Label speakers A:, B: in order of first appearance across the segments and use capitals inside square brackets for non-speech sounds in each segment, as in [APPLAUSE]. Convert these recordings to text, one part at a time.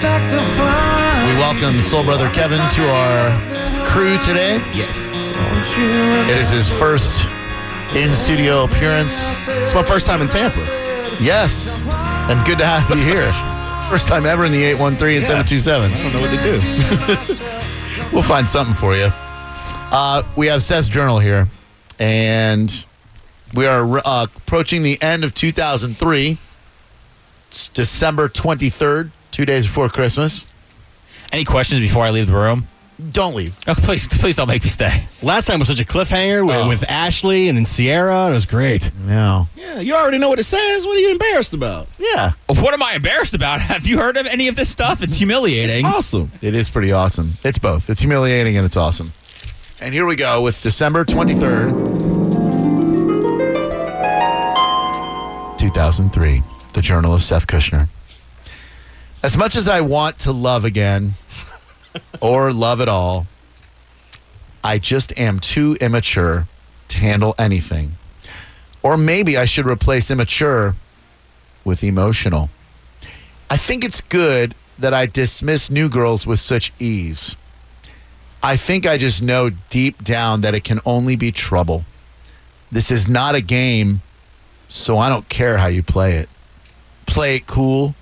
A: back to front.
B: We welcome Soul Brother Kevin to our crew today.
C: Yes.
A: Don't you remember
B: It is his first in studio appearance.
C: It's my first time in Tampa.
B: Yes. And good to have you here. First time ever in the 813 and
C: Yeah. I
B: 727.
C: don't know what to do.
B: We'll find something for you. Uh, we have Seth's Journal here, and we are uh, approaching the end of 2003. It's December 23rd, two days before Christmas.
D: Any questions before I leave the room?
B: Don't leave.
D: Oh, please, please don't make me stay.
E: Last time was such a cliffhanger with,
B: Oh.
E: with Ashley and then Sierra. It was great.
B: No.
C: Yeah, you already know what it says. What are you embarrassed about?
B: Yeah.
D: What am I embarrassed about? [LAUGHS] Have you heard of any of this stuff? It's humiliating.
C: Awesome.
B: It is pretty awesome. It's both. It's humiliating and it's awesome. And here we go with December 23rd, 2003, the Journal of Seth Kushner. As much as I want to love again or love at all, I just am too immature to handle anything. Or maybe I should replace immature with emotional. I think it's good that I dismiss new girls with such ease. I think I just know deep down that it can only be trouble. This is not a game, so I don't care how you play it. Play it cool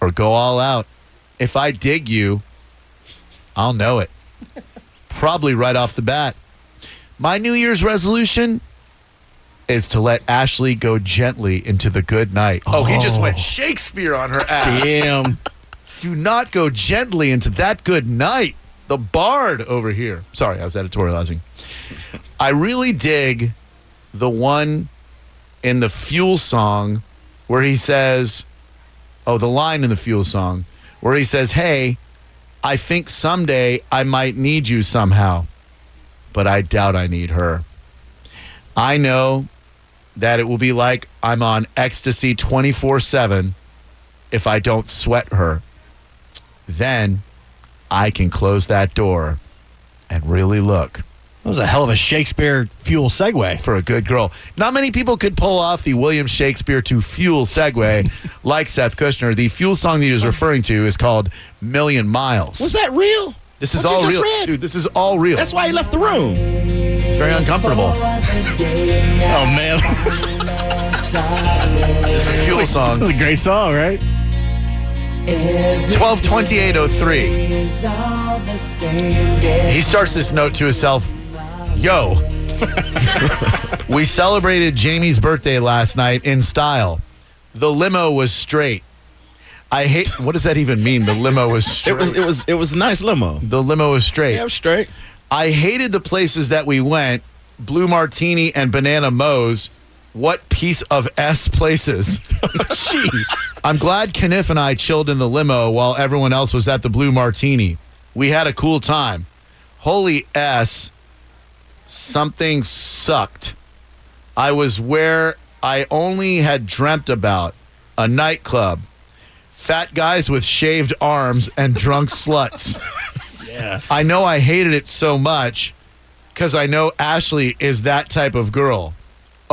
B: or go all out. If I dig you, I'll know it. [LAUGHS] Probably right off the bat. My New Year's resolution is to let Ashley go gently into the good night. Oh, he just went Shakespeare on her ass
E: Damn.
B: do not go gently into that good night. The bard over here. Sorry, I was editorializing. I really dig the one in the Fuel song where he says, oh, the line in the Fuel song where he says, hey, I think someday I might need you somehow, but I doubt I need her. I know that it will be like I'm on ecstasy 24 7 if I don't sweat her then I can close that door and really look
E: That was a hell of a Shakespeare fuel segue.
B: for a good girl. Not many people could pull off the William Shakespeare to
C: [LAUGHS]
B: Fuel segue like Seth Kushner. The Fuel song that he was referring to is called Million Miles.
C: Was that real?
B: This is
C: What you
B: all
C: just
B: real.
C: read?
B: Dude, this is all real.
C: That's why he left the room.
B: it's very uncomfortable.
E: Oh, man. [LAUGHS]
B: This is a Fuel
E: that
C: [LAUGHS]
B: song.
E: was a great song, right?
B: 122803. He starts this note to himself Yo, we celebrated Jamie's birthday last night in style. The limo was straight. I hate. What does that even mean? The limo was straight.
C: It was it was it was a nice limo.
B: the limo was straight.
C: Yeah, I'm straight.
B: I hated the places that we went. Blue Martini and Banana Moe's. What piece of S places? Jeez. I'm glad Kniff and I chilled in the limo while everyone else was at the Blue Martini. We had a cool time. Holy S, something sucked. I was where I only had dreamt about a nightclub. Fat guys with shaved arms and drunk sluts. I know I hated it so much because I know Ashley is that type of girl.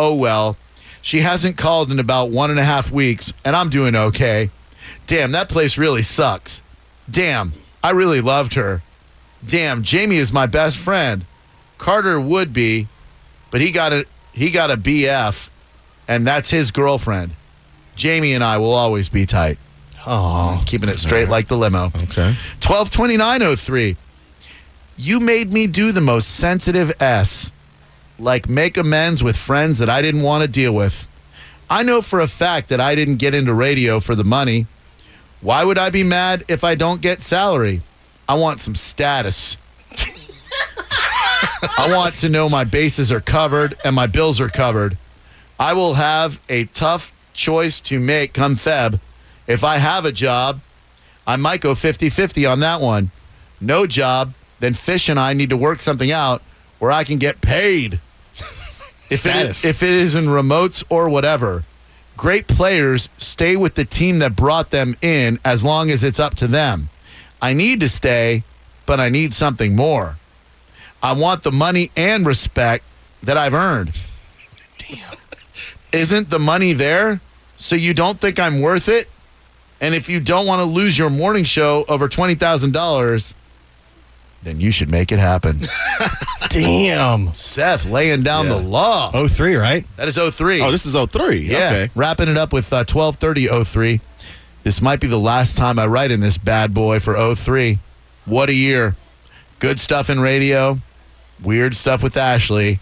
B: Oh well, she hasn't called in about one and a half weeks, and I'm doing okay. Damn, that place really sucks. Damn, I really loved her. Damn, Jamie is my best friend. Carter would be, but he got a he got a BF, and that's his girlfriend. Jamie and I will always be tight,
E: Oh.
B: keeping it straight like the limo.
C: Okay.
B: 122903. You made me do the most sensitive S, like make amends with friends that I didn't want to deal with. I know for a fact that I didn't get into radio for the money. Why would I be mad if I don't get salary? I want some status. I want to know my bases are covered and my bills are covered. I will have a tough choice to make come Feb. If I have a job, I might go 50 50 on that one. No job, then Fish and I need to work something out where I can get paid. If it, is,
E: Status.
B: if it is in remotes or whatever, great players stay with the team that brought them in as long as it's up to them. I need to stay, but I need something more. I want the money and respect that I've earned. Damn. Isn't the money there? So you don't think I'm worth it? And if you don't want to lose your morning show over $20,000, then you should make it happen. [LAUGHS]
E: Damn.
B: Seth laying down
C: Yeah.
B: the law.
E: Oh three, right?
B: That is 03.
C: Oh, this is 03.
B: yeah.
C: Okay.
B: Wrapping it up with uh, 1230 This might be the last time I write in this bad boy for 03. What a year. Good stuff in radio, weird stuff with Ashley,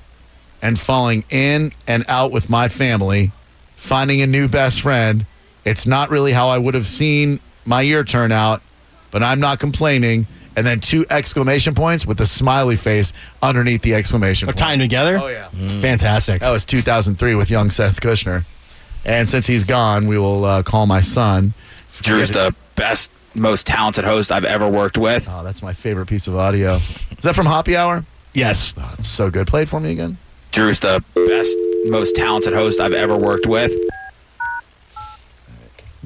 B: and falling in and out with my family, finding a new best friend. It's not really how I would have seen my year turn out, but I'm not complaining. And then two exclamation points with a smiley face underneath the exclamation
E: Or
B: point.
E: time together? Mm.
B: Oh, yeah. Oh.
E: Fantastic.
B: That was 2003 with young Seth Kushner. And since he's gone, we will uh, call my son.
D: Drew's the best, most talented host I've ever worked with.
B: Oh, that's my favorite piece of audio. Is that from Hoppy Hour?
E: Yes.
B: Oh, it's so good. Play it for me again.
D: Drew's the best, most talented host I've ever worked with.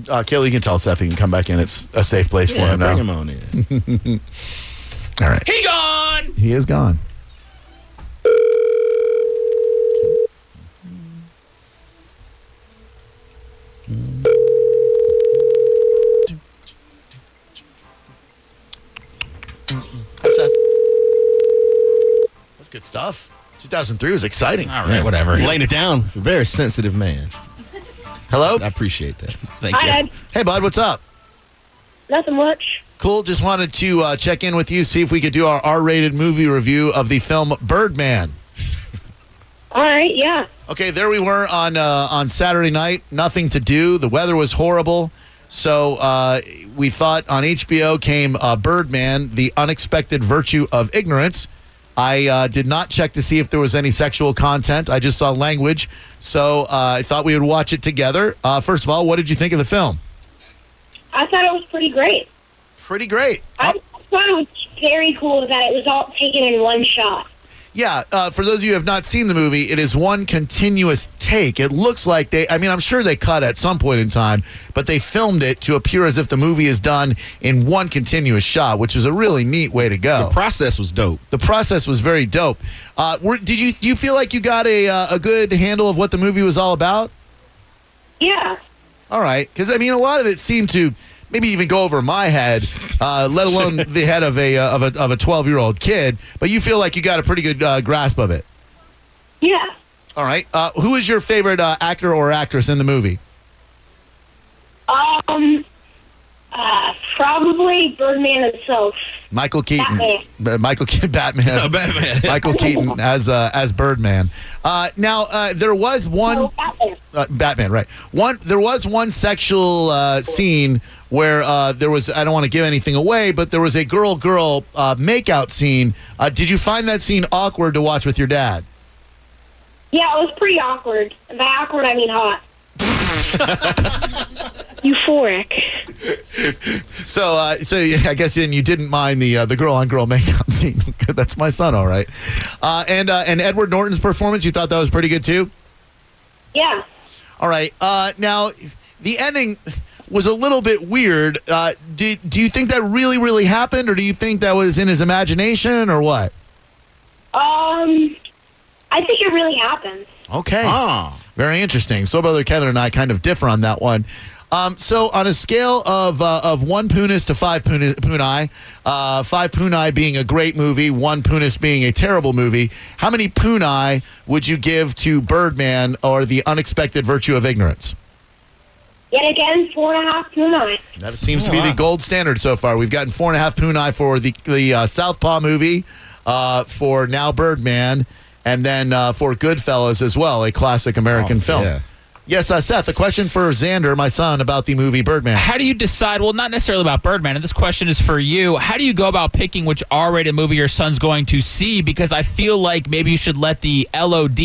B: Uh, Kayla, you can tell Seth he can come back in. It's a safe place for
C: Yeah,
B: him
C: bring
B: now.
C: him on in.
B: All right.
D: He gone.
B: He is gone. Hi, Seth. That's good stuff. 2003 was exciting.
D: All right, whatever.
E: Laying it down.
C: Very sensitive man.
B: Hello?
C: I appreciate that.
D: Thank you.
B: Hey, bud, what's up?
F: Nothing much.
B: Cool. Just wanted to uh, check in with you, see if we could do our R rated movie review of the film Birdman.
F: All right, yeah.
B: Okay, there we were on uh, on Saturday night. Nothing to do. The weather was horrible, so uh, we thought on HBO came uh, Birdman: The Unexpected Virtue of Ignorance. I uh, did not check to see if there was any sexual content. I just saw language, so uh, I thought we would watch it together. Uh, first of all, what did you think of the film?
F: I thought it was pretty great.
B: Pretty great.
F: I thought it was very cool that it was all taken in one shot.
B: Yeah, uh, for those of you who have not seen the movie, it is one continuous take. It looks like they, I mean, I'm sure they cut at some point in time, but they filmed it to appear as if the movie is done in one continuous shot, which is a really neat way to go.
C: The process was dope.
B: The process was very dope. Uh, were, did you do you feel like you got a uh, a good handle of what the movie was all about?
F: Yeah.
B: All right, because I mean, a lot of it seemed to maybe even go over my head, uh, let alone the head of a uh, of a of a 12 year old kid. But you feel like you got a pretty good uh, grasp of it.
F: Yeah.
B: All right. Uh, who is your favorite uh, actor or actress in the movie?
F: Um, uh, probably Birdman himself.
B: Michael Keaton.
F: Batman.
B: Uh, Michael Keaton, [LAUGHS] Batman.
C: Batman.
B: Michael Keaton as uh, as Birdman. Uh, now uh, there was one
F: Oh, Batman.
B: uh, Batman, right? One there was one sexual uh, scene where uh, there was I don't want to give anything away, but there was a girl girl uh, makeout scene. Uh, did you find that scene awkward to watch with your dad?
F: Yeah, it was pretty awkward. By awkward, I mean hot. Euphoric.
B: So, uh, so yeah, I guess then you didn't mind the uh, the girl on girl makeout [LAUGHS] scene. That's my son, all right. Uh, and uh, and Edward Norton's performance, you thought that was pretty good too.
F: Yeah.
B: All right. Uh, now, the ending was a little bit weird. Uh, do do you think that really really happened, or do you think that was in his imagination, or what?
F: Um, I think it really happened.
B: Okay.
C: Ah.
G: Oh,
B: Very interesting. So, brother Kevin and I kind of differ on that one. Um, so, on a scale of uh, of one punis to five puni- punai, uh, five punai being a great movie, one punis being a terrible movie, how many punai would you give to Birdman or The Unexpected Virtue of Ignorance?
F: Yet again, four and a half to nine.
B: That seems to be the gold standard so far. We've gotten four and a half punai for the the uh, Southpaw movie, uh, for now Birdman, and then uh, for Goodfellas as well, a classic American film.
C: yeah.
B: Yes, uh, Seth. A question for Xander, my son, about the movie Birdman.
D: How do you decide? Well, not necessarily about Birdman, and this question is for you. How do you go about picking which R rated movie your son's going to see? Because I feel like maybe you should let the LOD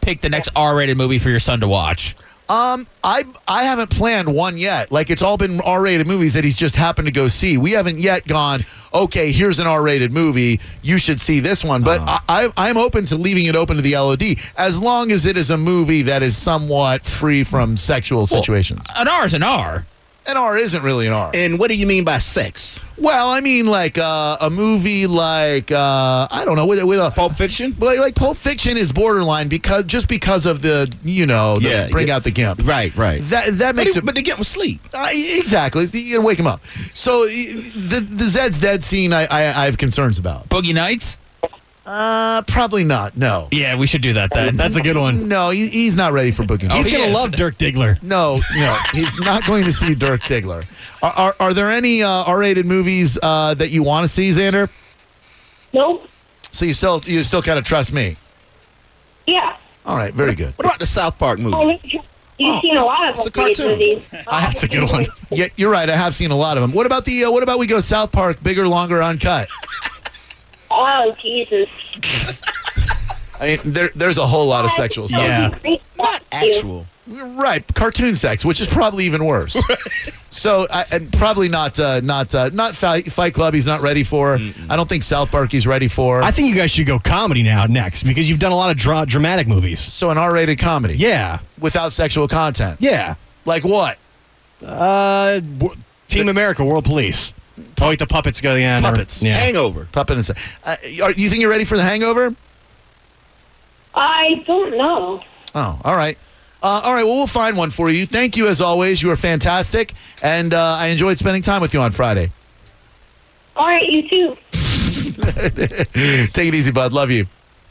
D: pick the next R rated movie for your son to watch.
B: Um, I I haven't planned one yet. Like it's all been R-rated movies that he's just happened to go see. We haven't yet gone. Okay, here's an R-rated movie. You should see this one. But I, I I'm open to leaving it open to the LOD as long as it is a movie that is somewhat free from sexual situations.
D: An R is an R.
B: An R isn't really an R.
C: And what do you mean by sex?
B: well, I mean, like uh, a movie like uh, I don't know with, with a
C: Pulp Fiction?
B: But like, like Pulp Fiction is borderline because just because of the you know the
C: Yeah,
B: bring
C: yeah.
B: out the gimp
C: Right, right.
B: that that
C: But,
B: makes
C: he,
B: it
C: but the gimp was sleep.
B: uh, exactly It's the- you gotta wake him up. So y- the the Zed's dead scene I I, I have concerns about.
D: Boogie Nights?
B: Uh, probably not. No,
D: Yeah, we should do that then.
E: That's a good one.
B: no, he, he's not ready for booking.
D: Oh,
E: He's
D: he
E: gonna
D: is.
E: love Dirk Diggler.
B: No, no, he's not going to see Dirk Diggler. Are, are, are there any uh, R-rated movies uh, that you want to see, Xander?
F: Nope.
B: So you still you still kind of trust me?
F: Yeah.
B: All right, very good.
C: What about the South Park movie?
F: Oh, you've seen a lot
C: it's a
F: of them
C: cartoon.
F: movies.
B: That's a good one. Yeah, you're right. I have seen a lot of them. What about the uh, What about we go South Park, bigger, longer, uncut?
F: [LAUGHS] Oh, Jesus.
B: I mean, there, there's a whole lot of sexual stuff.
E: Yeah.
F: Not
C: Actual.
B: Right, cartoon sex, which is probably even
E: [LAUGHS]
B: worse. so, I, and probably not uh, not uh, not Fight, Fight Club. He's not ready for. I don't think South Park. He's ready for.
E: I think you guys should go comedy now next because you've done a lot of dra- dramatic movies.
B: so, an R-rated comedy.
E: Yeah,
B: without sexual content.
E: yeah.
B: Like what?
E: Uh, wo- Team America, World Police. Oh wait, the puppets go to the end. or-
B: Puppets.
E: yeah.
C: Hangover.
B: Puppet and sex. Uh, are, you think you're ready for the hangover?
F: I don't know.
B: Oh, all right. Uh, all right, well, we'll find one for you. Thank you, as always. You are fantastic, and uh, I enjoyed spending time with you on
E: [LAUGHS]
B: Friday.
F: All right, you too.
B: Take it easy, bud. Love you.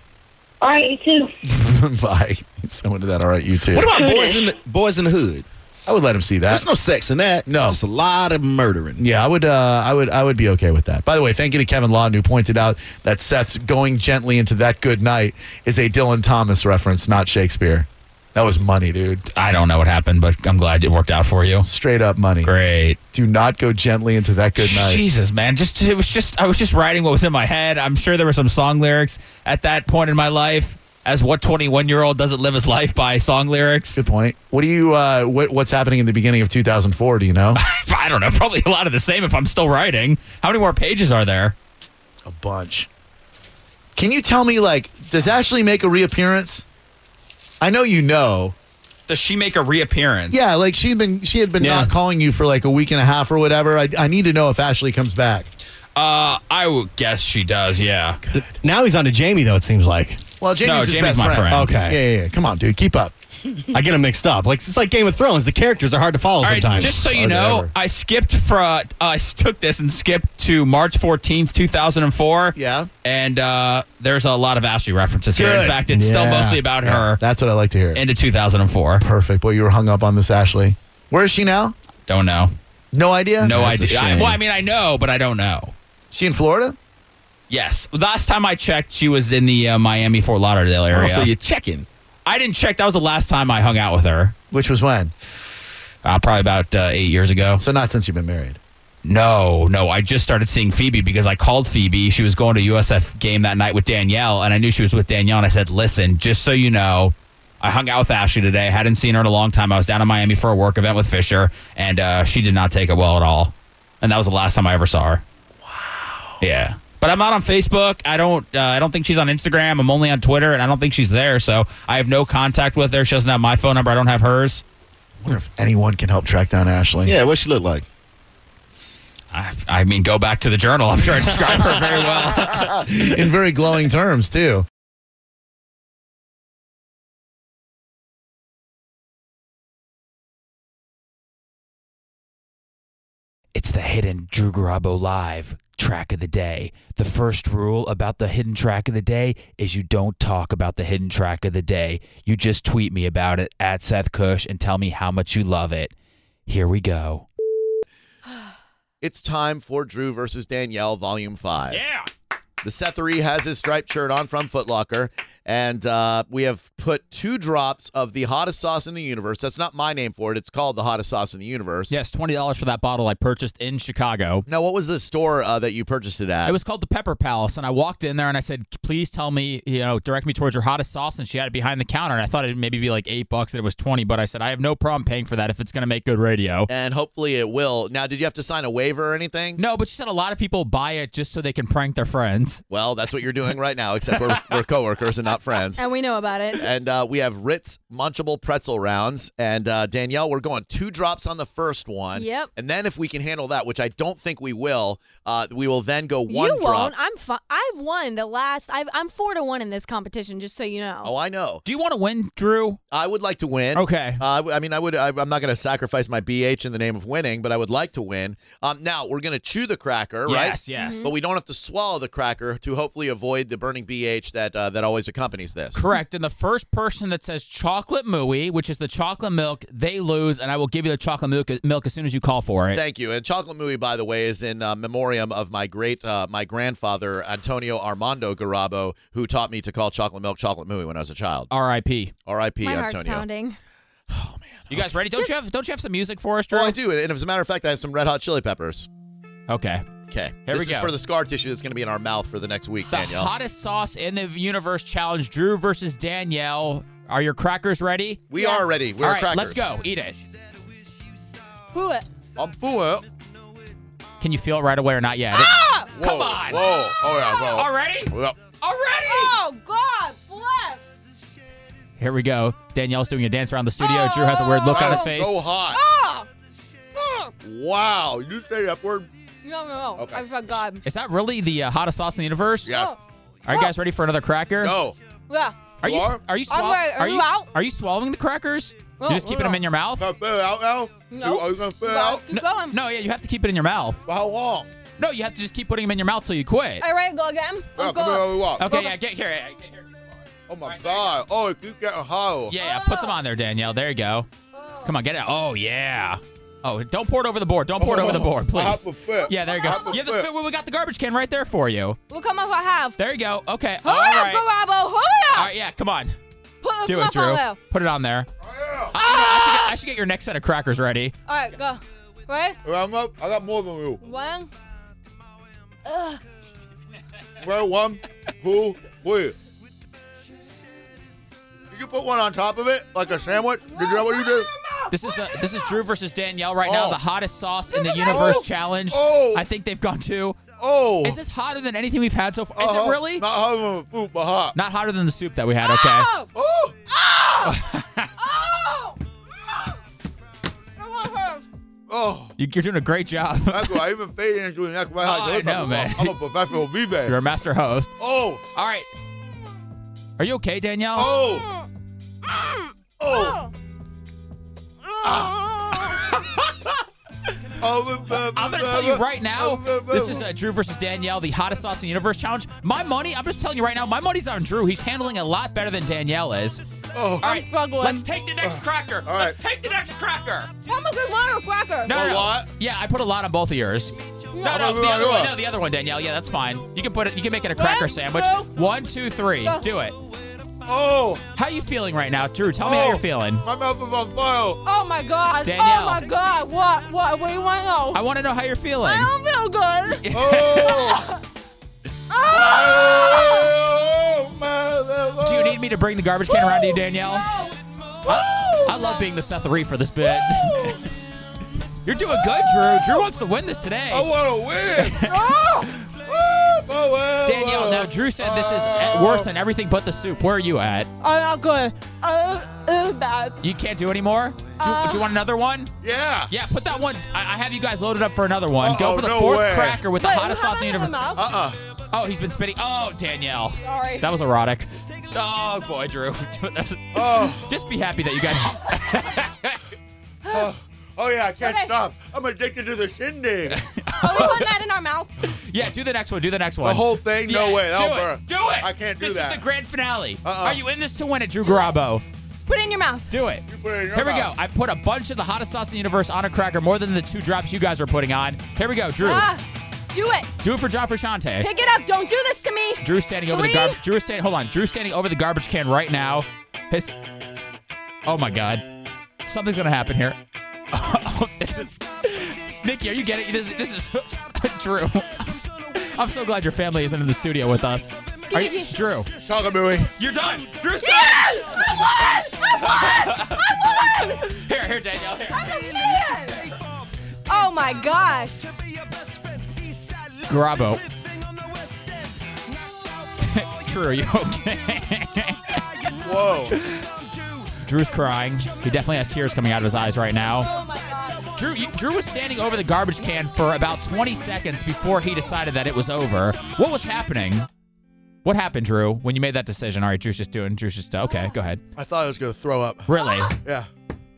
B: [LAUGHS]
F: All right, you too.
B: Bye. Someone did that. All right, you too.
C: What about Boys in the, Boys in the Hood?
B: I would let him see that.
C: There's no sex in that.
B: No.
C: Just a lot of murdering.
B: Yeah, I would. Uh, I would. I would be okay with that. By the way, thank you to Kevin Lawton who pointed out that Seth's going gently into that good night is a Dylan Thomas reference, not Shakespeare. That was money, dude.
D: I don't know what happened, but I'm glad it worked out for you.
B: Straight up money.
D: Great.
B: Do not go gently into that good night.
D: Jesus, man. Just it was just I was just writing what was in my head. I'm sure there were some song lyrics at that point in my life. As what 21 year old doesn't live his life by song lyrics?
B: Good point. What do you? Uh, what, what's happening in the beginning of 2004? Do you know?
D: I don't know. [LAUGHS] Probably a lot of the same if I'm still writing. How many more pages are there?
B: a bunch. Can you tell me? Like, does Ashley make a reappearance? I know you know.
D: Does she make a reappearance?
B: Yeah, like she'd been she had been
E: Yeah.
B: not calling you for like a week and a half or whatever. I, I need to know if Ashley comes back.
D: Uh, I would guess she does. Yeah.
E: Now he's on to Jamie though. It seems like
B: Well, Jamie's
D: No,
B: his
D: Jamie's
B: best
D: my friend.
E: Okay.
B: Yeah, yeah, yeah. Come on, dude. Keep up.
E: I get him mixed up. Like it's like Game of Thrones. The characters are hard to follow
D: All right,
E: sometimes.
D: just so you
B: Or
D: know,
B: whatever.
D: I skipped for uh, I s- took this and skipped to March 14th, 2004.
B: Yeah.
D: And uh, there's a lot of Ashley references here.
B: Good.
D: In fact, it's still
E: Yeah.
D: mostly about her
B: That's what I like to hear.
D: into 2004.
B: Perfect. Boy, you were hung up on this, Ashley. Where is she now?
D: Don't know.
B: No idea.
D: No
C: That's a
D: idea. I,
C: shame.
D: well, I mean, I know, but I don't know.
B: She in Florida?
D: Yes. Last time I checked, she was in the uh, Miami Fort Lauderdale area.
C: Oh, so you're checking.
D: I didn't check. That was the last time I hung out with her.
B: Which was when?
D: Uh, probably about uh, eight years ago.
B: So not since you've been married.
D: No, no. I just started seeing Phoebe because I called Phoebe. She was going to USF game that night with Danielle, and I knew she was with Danielle. And I said, "Listen, just so you know, I hung out with Ashley today. Hadn't seen her in a long time. I was down in Miami for a work event with Fisher, and uh, she did not take it well at all. And that was the last time I ever saw her. Wow. Yeah." But I'm not on Facebook. I don't. Uh, I don't think she's on Instagram. I'm only on Twitter, and I don't think she's there. So I have no contact with her. She doesn't have my phone number. I don't have hers.
B: I wonder if anyone can help track down Ashley.
C: Yeah, what she look like?
D: I, I mean, go back to the journal. I'm sure I described her very well.
B: In very glowing terms, too.
D: It's the hidden Drew Garabo live track of the day. The first rule about the hidden track of the day is you don't talk about the hidden track of the day. You just tweet me about it at Seth Cush and tell me how much you love it. Here we go.
G: It's time for Drew versus Danielle, Volume 5.
D: Yeah.
G: The Sethery has his striped shirt on from Foot Locker, and uh, we have put two drops of the hottest sauce in the universe. That's not my name for it. It's called the hottest sauce in the universe.
D: Yes, twenty dollars for that bottle I purchased in Chicago.
G: Now, what was the store uh, that you purchased it at?
D: It was called the Pepper Palace, and I walked in there and I said, "Please tell me, you know, direct me towards your hottest sauce." And she had it behind the counter, and I thought it'd maybe be like eight bucks, and it was twenty. But I said, "I have no problem paying for that if it's going to make good radio."
G: and hopefully it will. Now, did you have to sign a waiver or anything?
D: No, but she said a lot of people buy it just so they can prank their friends.
G: Well, that's what you're doing right now, except we're, we're coworkers and not not friends.
H: And we know about it.
G: And uh, we have Ritz Munchable Pretzel rounds. And uh, Danielle, we're going two drops on the first one.
H: Yep.
G: And then if we can handle that, which I don't think we will, uh, we will then go one
H: you
G: drop.
H: won't. I'm fi- I've won the last. I've, I'm four to one in this competition. Just so you know.
G: Oh, I know.
D: Do you want to win, Drew?
G: I would like to win.
D: Okay.
G: Uh, I w- I mean, I would. I, I'm not going to sacrifice my BH in the name of winning, but I would like to win. Um, now we're going to chew the cracker, right?
D: Yes,
H: Mm-hmm.
D: yes.
G: But we don't have to swallow the cracker to hopefully avoid the burning BH that uh, that always accompanies this.
D: Correct. And the first person that says chocolate mooey, which is the chocolate milk, they lose, and I will give you the chocolate milk, milk as soon as you call for it.
G: Thank you. And chocolate mooey, by the way, is in uh, memoriam of my great uh, my grandfather Antonio Armando Garabo, who taught me to call chocolate milk chocolate mooey when I was a child.
D: R.I.P.
G: R.I.P.
H: My heart's
G: Antonio.
H: pounding.
D: You guys ready? Don't you have Don't you have some music for us, Drew?
G: Well, I do, and as a matter of fact, I have some Red Hot Chili Peppers.
D: Okay.
G: Okay,
D: Here
G: this
D: we
G: is
D: go.
G: for the scar tissue that's going to be in our mouth for the next week,
D: The
G: Danielle.
D: hottest sauce in the universe challenge: Drew versus Danielle. Are your crackers ready?
G: we
H: Yes.
G: are ready. We're
D: All right,
G: crackers.
D: let's go. Eat it.
H: Who?
G: I'm full.
D: Can you feel it right away or not yet? Come
H: oh,
G: Whoa,
D: on.
G: Whoa. Oh yeah. Whoa.
D: Already?
G: Well,
D: Already?
H: Oh God, bless.
D: Here we go. Danielle's doing a dance around the studio. Drew has a weird look on his
G: wow,
D: face.
G: So hot.
H: Oh. Oh.
G: Wow. You say that word?
H: No, no, no.
G: Okay.
H: I said God.
D: Is that really the uh, hottest sauce in the universe?
G: Yeah.
D: Are you guys ready for another cracker?
G: No.
H: Yeah.
D: Are you
G: Laura?
D: are you
H: I'm
D: swal-
H: ready. Are
D: are
H: you
D: you
H: out?
D: are you swallowing the crackers?
H: No,
D: You're just keeping
H: no.
D: them in your mouth?
G: Can I fill it out now?
H: No.
G: Are you gonna fill it
H: No,
G: out?
H: Keep going.
D: No, yeah, you have to keep it in your mouth.
G: For how long?
D: No, you have to just keep putting them in your mouth till you quit.
H: All right, go again.
G: Yeah,
H: I'm
G: come here,
H: going.
G: we walk.
D: Okay, yeah, get here. Yeah, get here.
G: Oh my
D: Right there.
G: god. Oh, it keeps getting hotter.
D: yeah, yeah, put some on there, Danielle. There you go. Come on, get it. Oh yeah. Oh, don't pour it over the board. Don't pour it over the board,
G: Oh. I have
D: please.
G: to fit.
D: Yeah, there you go.
G: I have to
D: You have to
G: fit.
D: spit where we got the garbage can right there for you.
H: We'll come up a half.
D: There you go. Okay. All
H: Hurry
D: right.
H: up, Garabo. Hurry up.
D: All right, yeah, come on.
H: Put
D: Do it,
H: come up on
D: Drew.
H: there.
D: Put it on there.
G: Oh,
D: I, you know, I should get, I should get your next set of crackers ready.
H: All right, go. Right?
G: I'm up. I got more than you.
H: One.
G: Well, one, two, three. Did you put one on top of it like a sandwich? Did you know what you did?
D: This is uh this is Drew versus Danielle right now,
G: Oh.
D: the hottest sauce in the universe
G: Oh.
D: challenge.
G: Oh.
D: I think they've gone two.
G: Oh.
D: Is this hotter than anything we've had so far? Is
G: Uh-huh.
D: it really?
G: Not hotter than food, but hot.
D: Not hotter than the soup that we had. Okay.
H: Oh!
G: Oh.
H: Oh! Oh! I want hers.
G: Oh.
D: You, you're doing a great job.
G: That's why I even fade into an X
D: Oh, I know, man.
G: I'm a professional V-bag.
D: [LAUGHS] you're a master host.
G: Oh,
D: All right. Are you okay, Danielle?
G: oh, oh, Ah. [LAUGHS] oh.
D: I'm gonna tell you right now. This is uh, Drew versus Danielle, the hottest sauce in the universe challenge. My money. I'm just telling you right now. My money's on Drew. He's handling a lot better than Danielle is.
G: Oh, Uh,
D: All right,
H: struggling.
D: let's take the next cracker.
G: all right.
D: Let's take the next cracker.
H: How much is one cracker?
D: No,
G: A
D: no, no.
G: lot?
D: Yeah, I put a lot on both of yours. No, no,
G: about
D: the
G: you?
D: other one. No, the other one, Danielle. Yeah, that's fine. You can put it. You can make it a cracker
H: One,
D: sandwich.
H: two,
D: One, two, three.
H: go.
D: Do it.
G: oh,
D: How you feeling right now, Drew? Tell me how
G: Oh.
D: you're feeling.
G: my mouth is on fire.
H: Oh my god.
D: Danielle.
H: Oh my god. What? What? What do you want to know?
D: I want to know how you're feeling.
H: I don't feel good.
G: Oh, oh, my
D: Do you need me to bring the garbage can around to you, Danielle?
H: No. Oh,
D: I, I love being the Seth Reef for this bit. you're doing good, Drew. Drew wants to win this today.
G: I want to win. Oh, well,
D: [LAUGHS] Danielle, now Drew said this is uh, worse than everything but the soup. Where are you at?
H: I'm not good. Uh, uh, bad.
D: You can't do anymore? Do,
G: Uh,
D: do you want another one?
G: [LAUGHS] Yeah.
D: Yeah, put that one. I, I have you guys loaded up for another one. Go
G: Uh-oh,
D: for the
G: no
D: fourth
G: way.
D: cracker with the hottest sauce in the universe.
H: mouth.
G: Uh-uh.
D: Oh, he's been spitting. Oh, Danielle.
H: Sorry.
D: That was erotic. Oh, boy, Drew. [LAUGHS] That's-
G: Oh,
D: Just be happy that you guys. [LAUGHS]
G: oh yeah, I can't
H: Okay.
G: stop. I'm addicted to the
D: [LAUGHS]
G: shindig.
H: Are we putting that in our mouth?
D: Yeah, do the next one. Do the next one.
G: The whole thing? No
D: Yeah,
G: way. Oh, That'll
D: Do
G: burn.
D: it. Do it.
G: I can't do
D: this
G: that.
D: is the grand finale.
G: Uh-uh.
D: Are you in this to win it, Drew Garabo?
H: Put it in your mouth.
D: Do it.
G: You put it in your
D: Here we go.
G: mouth.
D: I put a bunch of the hottest sauce in the universe on a cracker, more than the two drops you guys are putting on. Here we go, Drew.
H: Ah, do it.
D: Do it for John Frusciante.
H: Pick it up. Don't do this to me.
D: Drew's standing over the
H: Three.
D: garbage. Drew's standing. Hold on. Drew's standing over the garbage can right now. His. Oh my God. Something's gonna happen here. [LAUGHS] Oh, this is. [LAUGHS] Nikki, are you getting this? This is [LAUGHS] Drew. I'm so glad your family isn't in the studio with us. Are you, Drew,
G: Sagamui.
D: you're done. Drew's done.
H: Yes! I won! I won! I won!
D: Here, here, Danielle. Here.
H: I'm a fan! Oh my gosh.
D: Garabo. [LAUGHS] Drew, are you okay? Whoa. Drew's crying. He definitely has tears coming out of his eyes right now.
H: Oh my god.
D: Drew, you, Drew was standing over the garbage can for about 20 seconds before he decided that it was over. What was happening? What happened, Drew, when you made that decision? All right, Drew's just doing, Drew's just, okay, go ahead.
G: I thought I was going to throw up.
H: [GASPS]
D: Really?
G: Yeah.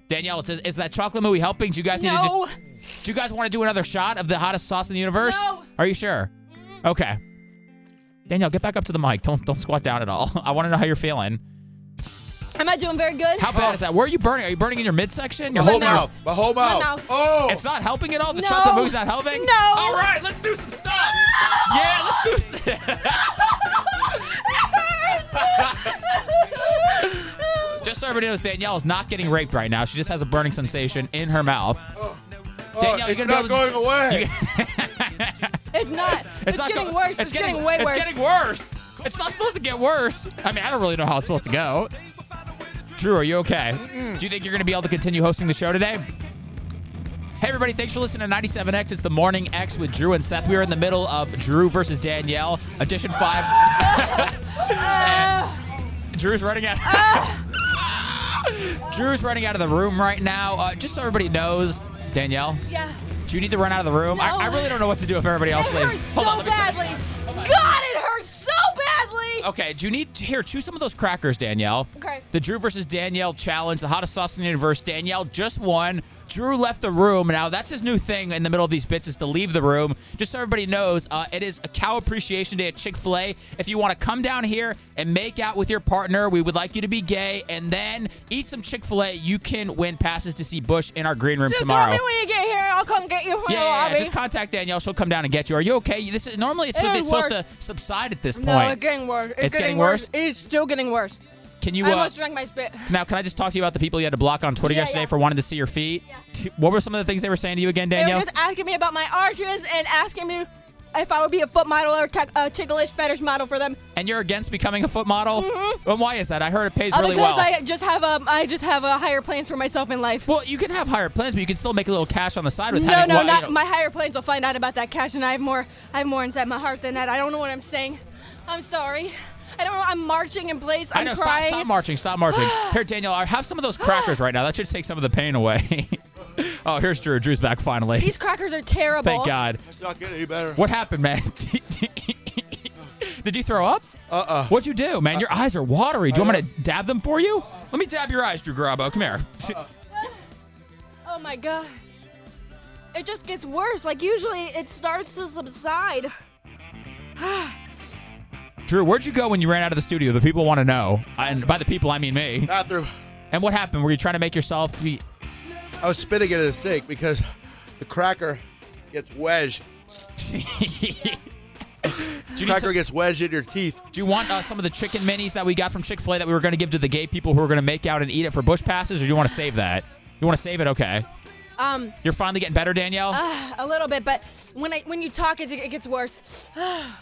D: Danielle, it says, is that chocolate movie helping? Do you guys need to
H: No.
D: just, do you guys want to do another shot of the hottest sauce in the universe?
H: No.
D: Are you sure? Okay. Danielle, get back up to the mic. Don't don't squat down at all. [LAUGHS] I want to know how you're feeling.
H: Am I doing very good?
D: How bad is that? Where are you burning? Are you burning in your midsection? Your
H: My
D: whole
H: mouth.
G: My whole
H: My
G: mouth.
H: mouth.
G: Oh.
D: It's not helping at all. The
H: No.
D: chocolate movie's not helping.
H: No.
D: All right, let's do some stuff. Yeah, let's do. [LAUGHS] just so everybody knows, Danielle is not getting raped right now. She just has a burning sensation in her mouth. Danielle, you're
G: Oh. it's
D: gonna be
G: not
D: able to-
G: going away.
H: It's not. It's,
D: not
H: getting
D: go-
H: worse. It's, getting, way
D: it's
H: worse.
D: getting worse. It's not supposed to get worse. I mean, I don't really know how it's supposed to go. Drew, are you okay? Do you think you're going to be able to continue hosting the show today? Hey, everybody, thanks for listening to 97X. It's the Morning X with Drew and Seth. We are in the middle of Drew versus Danielle, Edition
H: [LAUGHS]
D: 5. Drew's running out.
H: [LAUGHS]
D: Drew's running out of the room right now. Uh, just so everybody knows, Danielle,
H: yeah.
D: do you need to run out of the room? I,
H: No.
D: I really don't know what to do if everybody else
H: It
D: leaves.
H: hurts
D: Hold
H: so
D: on, let me-
H: badly.
D: Hold on.
H: God, it hurts so badly.
D: Okay, do you need here? Chew some of those crackers, Danielle.
H: Okay.
D: The Drew versus Danielle challenge, the hottest sauce in the universe. Danielle just won. Drew left the room. Now that's his new thing in the middle of these bits is to leave the room. Just so everybody knows, uh, it is a Cow Appreciation Day at Chick Fil A. If you want to come down here and make out with your partner, we would like you to be gay, and then eat some Chick Fil A. You can win passes to see Bush in our green room
H: Just
D: tomorrow.
H: call me when you get here. I'll come get you from
D: Yeah,
H: the
D: yeah,
H: lobby.
D: yeah. just contact Danielle. She'll come down and get you. Are you okay? This is normally it's,
H: It
D: supposed-
H: is
D: it's supposed
H: worse.
D: to subside at this point.
H: no, it's getting worse. It's,
D: It's getting worse?
H: It's still getting worse.
D: Can you?
H: I
D: uh,
H: almost drank my spit.
D: Now, can I just talk to you about the people you had to block on Twitter
H: Yeah,
D: yesterday
H: yeah.
D: for wanting to see your feet?
H: Yeah.
D: T- What were some of the things they were saying to you again,
H: They
D: Danielle?
H: were just asking me about my arches and asking me if I would be a foot model or tech- a ticklish fetish model for them.
D: and you're against becoming a foot model? Mm-hmm. And why is that? I heard it pays
H: Uh,
D: really
H: because
D: well.
H: I just have um, I just have uh, higher plans for myself in
D: [LAUGHS]
H: life.
D: well, you can have higher plans, but you can still make a little cash on the side with
H: No,
D: having.
H: no,
D: well, you
H: not
D: know-
H: my higher plans will find out about that cash, and I have more. I have more inside my heart than that. I don't know what I'm saying. I'm sorry. I don't know. I'm marching in place. I'm
D: I know. Stop,
H: crying.
D: stop marching. Stop marching.
H: [GASPS]
D: Here, Danielle, I have some of those crackers right now. That should take some of the pain away. [LAUGHS] oh, here's Drew. Drew's back finally.
H: These crackers are terrible.
D: Thank God.
G: It's not getting any better.
D: What happened, man? [LAUGHS] Did you throw up? Uh uh-uh. uh. what would you do, man? Your eyes are watery. Do you want me to dab them for you? Let me dab your eyes, Drew Garabo. Come here.
H: Oh my God. It just gets worse. Like usually, it starts to subside.
D: [LAUGHS] Drew, where'd you go when you ran out of the studio? The people want to know. And by the people, I mean me.
G: Bathroom.
D: And what happened? Were you trying to make yourself. be-
G: I was spitting it in the sink because the cracker gets
D: [LAUGHS]
G: wedged.
D: Do you, need
G: Cracker
D: some-
G: gets wedged in your teeth.
D: do you want uh, some of the chicken minis that we got from Chick fil A that we were going to give to the gay people who are going to make out and eat it for Bush passes, or do you want to save that? You want to save it? Okay.
H: Um,
D: You're finally getting better, Danielle?
H: a little bit, but when I when you talk, it, it gets worse. [SIGHS] Ah.